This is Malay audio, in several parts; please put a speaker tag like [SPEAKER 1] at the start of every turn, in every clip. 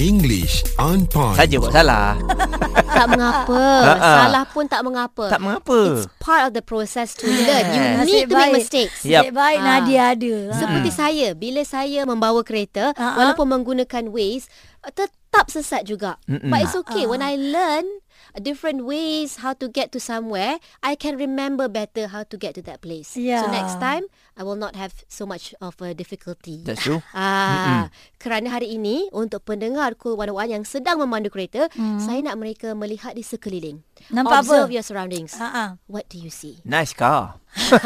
[SPEAKER 1] English on point.
[SPEAKER 2] Saja buat salah.
[SPEAKER 3] Tak mengapa.
[SPEAKER 4] Ha,
[SPEAKER 2] Ha-ha.
[SPEAKER 3] Salah pun tak mengapa.
[SPEAKER 2] tak mengapa.
[SPEAKER 3] It's part of the process to learn. You
[SPEAKER 2] Yes.
[SPEAKER 3] need to
[SPEAKER 4] Nasib
[SPEAKER 3] make
[SPEAKER 4] baik. Hmm.
[SPEAKER 3] mistakes.
[SPEAKER 2] Yep.
[SPEAKER 4] Nasib baik
[SPEAKER 3] Ah.
[SPEAKER 4] Nadia ada.
[SPEAKER 3] Seperti saya, bila saya membawa kereta,
[SPEAKER 4] Ah, ah.
[SPEAKER 3] walaupun menggunakan Waze, uh, tetap sesat juga.
[SPEAKER 2] Mm-mm.
[SPEAKER 3] But it's okay.
[SPEAKER 4] Ha.
[SPEAKER 3] When I learn different ways how to get to somewhere, I can remember better how to get to that place. So
[SPEAKER 4] Yeah.
[SPEAKER 3] next time, I will not have so much of a difficulty.
[SPEAKER 2] That's true.
[SPEAKER 3] Ah, kerana hari ini untuk pendengar Cool 101 yang sedang memandu kereta, saya nak mereka melihat di sekeliling.
[SPEAKER 4] Hmm. Nampak
[SPEAKER 3] Observe
[SPEAKER 4] apa?
[SPEAKER 3] your surroundings.
[SPEAKER 4] Ha ah.
[SPEAKER 3] What do you see?
[SPEAKER 2] Nice car.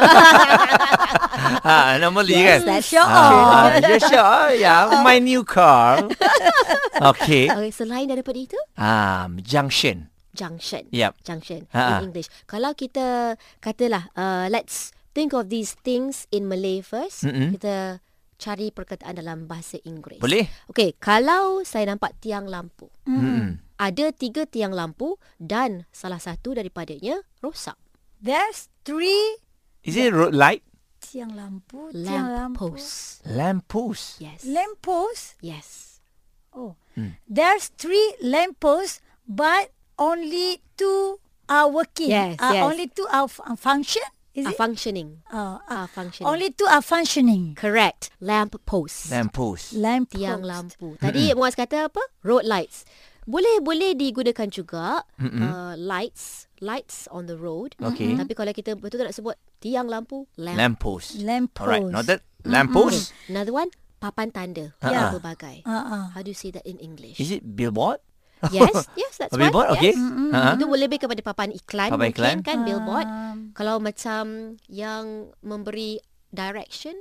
[SPEAKER 2] ha, normally yes, kan?
[SPEAKER 4] that's your
[SPEAKER 3] Oh.
[SPEAKER 2] Ah,
[SPEAKER 4] own.
[SPEAKER 2] yeah, sure. Yeah, my new car. Okay.
[SPEAKER 3] Okay, selain daripada itu,
[SPEAKER 2] Um, junction.
[SPEAKER 3] junction.
[SPEAKER 2] Yep.
[SPEAKER 3] Junction
[SPEAKER 2] Ha-ha.
[SPEAKER 3] in English. Kalau kita katalah, uh, let's think of these things in Malay first.
[SPEAKER 2] Mm-mm.
[SPEAKER 3] Kita cari perkataan dalam bahasa Inggeris.
[SPEAKER 2] Boleh?
[SPEAKER 3] Okay, kalau saya nampak tiang lampu.
[SPEAKER 2] Hmm.
[SPEAKER 3] Ada tiga tiang lampu dan salah satu daripadanya rosak.
[SPEAKER 4] There's three
[SPEAKER 2] Is it road light?
[SPEAKER 4] tiang lampu, tiang
[SPEAKER 3] Lamp
[SPEAKER 4] lampu.
[SPEAKER 3] post.
[SPEAKER 2] Lamp post.
[SPEAKER 3] Yes.
[SPEAKER 4] Lamp post.
[SPEAKER 3] yes.
[SPEAKER 4] Oh.
[SPEAKER 2] Hmm.
[SPEAKER 4] There's three lamp posts but only two are working.
[SPEAKER 3] Yes,
[SPEAKER 4] Ah,
[SPEAKER 3] yes.
[SPEAKER 4] Only two are f- are function. Is
[SPEAKER 3] Are
[SPEAKER 4] it?
[SPEAKER 3] functioning.
[SPEAKER 4] Ah, ah.
[SPEAKER 3] Are functioning.
[SPEAKER 4] only two are functioning.
[SPEAKER 3] Correct. Lamp post.
[SPEAKER 2] Lamp post.
[SPEAKER 4] Lamp
[SPEAKER 3] tiang
[SPEAKER 4] post.
[SPEAKER 3] lampu. Tadi Muaz kata apa? Road lights. Boleh boleh digunakan juga uh, lights lights on the road.
[SPEAKER 2] Okay.
[SPEAKER 3] Tapi kalau kita betul tak nak sebut tiang lampu, lamp. Mm-hmm.
[SPEAKER 2] Lamp post.
[SPEAKER 4] Lamp post.
[SPEAKER 2] Alright, noted. Lamp post.
[SPEAKER 3] Another one, papan tanda.
[SPEAKER 4] Yeah.
[SPEAKER 3] Berbagai.
[SPEAKER 4] Ah, ah.
[SPEAKER 3] How do you say that in English?
[SPEAKER 2] Is it billboard?
[SPEAKER 3] Yes, yes, that's
[SPEAKER 2] A
[SPEAKER 3] one.
[SPEAKER 2] billboard?
[SPEAKER 3] Yes. Mm-hmm.
[SPEAKER 2] Okay. Ha.
[SPEAKER 3] Itu boleh lebih kepada papan iklan
[SPEAKER 2] Papan
[SPEAKER 3] mungkin
[SPEAKER 2] iklan.
[SPEAKER 3] kan billboard.
[SPEAKER 4] Um,
[SPEAKER 3] Kalau macam yang memberi direction,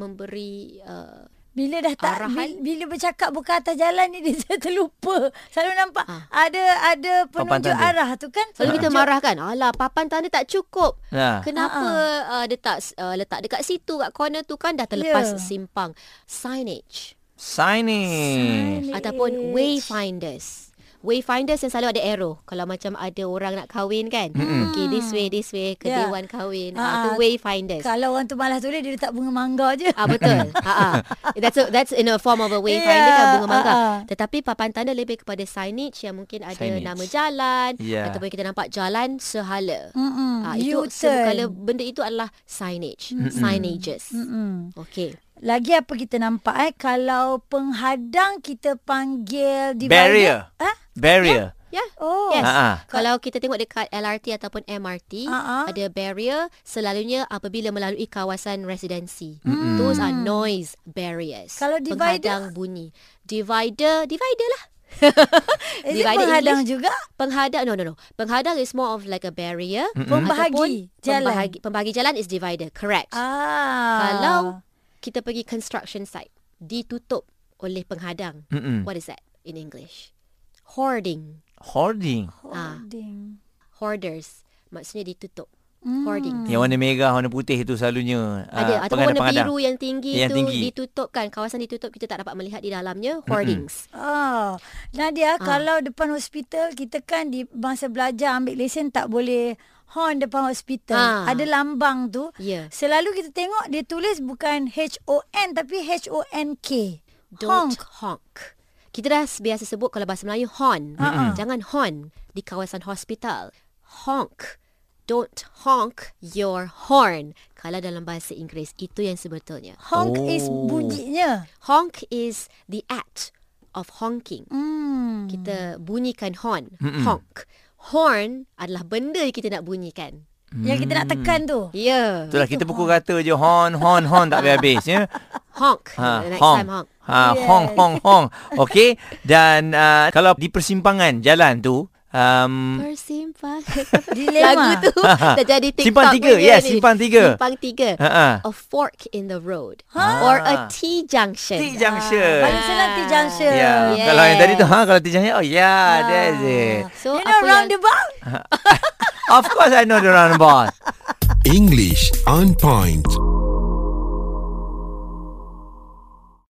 [SPEAKER 3] memberi uh,
[SPEAKER 4] Bila dah tak
[SPEAKER 3] Arahan.
[SPEAKER 4] Arahan. bila bercakap bukan atas jalan ni dia saya terlupa. Selalu nampak
[SPEAKER 3] Ah.
[SPEAKER 4] ada ada penunjuk
[SPEAKER 2] tanda.
[SPEAKER 4] arah tu kan.
[SPEAKER 3] Selalu kita
[SPEAKER 4] Penunjuk.
[SPEAKER 3] marah kan Alah papan tanda tak cukup
[SPEAKER 2] Ha.
[SPEAKER 3] Kenapa uh, letak uh, letak dekat situ kat corner tu kan dah terlepas yeah.
[SPEAKER 4] Ya.
[SPEAKER 3] simpang signage
[SPEAKER 2] Signage.
[SPEAKER 4] Signage.
[SPEAKER 3] ataupun wayfinders Wayfinders yang selalu ada arrow Kalau macam ada orang nak kahwin kan mm-hmm. Okay this way this way Ke yeah.
[SPEAKER 4] Ya.
[SPEAKER 3] dewan kahwin
[SPEAKER 4] Ah,
[SPEAKER 3] ah, Itu wayfinders
[SPEAKER 4] Kalau orang tu malas tulis dia letak bunga mangga je.
[SPEAKER 3] Ah betul. Ha ah. That's a, that's in a form of a wayfinder
[SPEAKER 4] Yeah,
[SPEAKER 3] kan bunga mangga.
[SPEAKER 4] ah, ah.
[SPEAKER 3] Tetapi papan tanda lebih kepada signage yang mungkin ada
[SPEAKER 2] Signage.
[SPEAKER 3] nama jalan
[SPEAKER 2] Yeah.
[SPEAKER 3] ataupun kita nampak jalan sehala.
[SPEAKER 4] Mm-mm,
[SPEAKER 3] Ah itu
[SPEAKER 4] U-turn.
[SPEAKER 3] kalau benda itu adalah signage, signages.
[SPEAKER 4] Mm-mm.
[SPEAKER 3] Okey.
[SPEAKER 4] Lagi apa kita nampak eh kalau penghadang kita panggil divider.
[SPEAKER 2] Barrier.
[SPEAKER 4] Ah?
[SPEAKER 2] Barrier.
[SPEAKER 3] Ya. Yeah.
[SPEAKER 4] Oh.
[SPEAKER 3] Yes.
[SPEAKER 2] Ah, ah.
[SPEAKER 3] Kalau kita tengok dekat LRT ataupun MRT,
[SPEAKER 4] Ah, ah.
[SPEAKER 3] ada barrier selalunya apabila melalui kawasan residensi. Those are noise barriers.
[SPEAKER 4] Kalau divider?
[SPEAKER 3] penghadang bunyi. Divider, divider lah.
[SPEAKER 4] Is it
[SPEAKER 3] Divided
[SPEAKER 4] penghadang
[SPEAKER 3] English?
[SPEAKER 4] juga?
[SPEAKER 3] Penghadang no no no. Penghadang is more of like a barrier.
[SPEAKER 4] Pembahagi
[SPEAKER 3] Ataupun
[SPEAKER 4] jalan.
[SPEAKER 3] Pembahagi, pembahagi jalan is divider. Correct.
[SPEAKER 4] Ah.
[SPEAKER 3] Kalau kita pergi construction site ditutup oleh penghadang.
[SPEAKER 2] Mm-mm.
[SPEAKER 3] What is that in English? Hoarding.
[SPEAKER 2] Hoarding.
[SPEAKER 4] holding.
[SPEAKER 3] Hoarders. Maksudnya ditutup. Hoarding.
[SPEAKER 2] Yang warna merah, warna putih itu selalunya.
[SPEAKER 3] Mm. Ada
[SPEAKER 2] ah,
[SPEAKER 3] ataupun warna
[SPEAKER 2] pengadang-pengadang.
[SPEAKER 3] biru yang tinggi
[SPEAKER 2] Yang
[SPEAKER 3] tu
[SPEAKER 2] tinggi.
[SPEAKER 3] ditutupkan kawasan ditutup kita tak dapat melihat di dalamnya hoardings.
[SPEAKER 4] Ah, Nadia, kalau depan hospital kita kan di masa belajar ambil lesen tak boleh horn depan hospital.
[SPEAKER 3] Ah.
[SPEAKER 4] Ada lambang tu.
[SPEAKER 3] Ya.
[SPEAKER 4] Selalu kita tengok dia tulis bukan H O N tapi H O N K.
[SPEAKER 3] Don't honk. Kita dah biasa sebut kalau bahasa Melayu horn.
[SPEAKER 4] Mm-mm.
[SPEAKER 3] Jangan horn di kawasan hospital. Honk. Don't honk your horn. Kalau dalam bahasa Inggeris itu yang sebetulnya.
[SPEAKER 4] Honk
[SPEAKER 2] Oh.
[SPEAKER 4] is bunyinya.
[SPEAKER 3] Honk is the act of honking.
[SPEAKER 4] Hmm.
[SPEAKER 3] Kita bunyikan horn. Honk. Horn adalah benda yang kita nak bunyikan.
[SPEAKER 4] Yang kita nak
[SPEAKER 2] Hmm.
[SPEAKER 4] tekan tu.
[SPEAKER 3] Ya. Yeah.
[SPEAKER 2] Itulah kita pukul rata je horn horn horn tak habis-habis ya.
[SPEAKER 3] Honk.
[SPEAKER 2] Ha,
[SPEAKER 3] Next
[SPEAKER 2] hong.
[SPEAKER 3] time Oh, honk.
[SPEAKER 2] Ha,
[SPEAKER 4] Yes.
[SPEAKER 2] hong hong hong. Okey dan uh, kalau di persimpangan jalan tu um
[SPEAKER 3] Persimpangan. Lagu
[SPEAKER 4] Dilema.
[SPEAKER 3] tu dah jadi TikTok.
[SPEAKER 2] Simpang tiga,
[SPEAKER 3] punya
[SPEAKER 2] yes,
[SPEAKER 3] ni.
[SPEAKER 2] simpang tiga.
[SPEAKER 3] Simpang tiga.
[SPEAKER 2] ha ah.
[SPEAKER 3] A fork in the road or a
[SPEAKER 2] T
[SPEAKER 3] T junction.
[SPEAKER 2] junction.
[SPEAKER 4] Bagi senang T junction.
[SPEAKER 2] Ya, yeah.
[SPEAKER 3] Yes.
[SPEAKER 2] kalau yang tadi tu ha kalau T junction oh yeah,
[SPEAKER 3] Ah.
[SPEAKER 2] that's it.
[SPEAKER 3] So
[SPEAKER 4] you
[SPEAKER 3] apa
[SPEAKER 4] know
[SPEAKER 3] yang
[SPEAKER 4] roundabout?
[SPEAKER 2] Of course I know the roundabout.
[SPEAKER 1] English on point.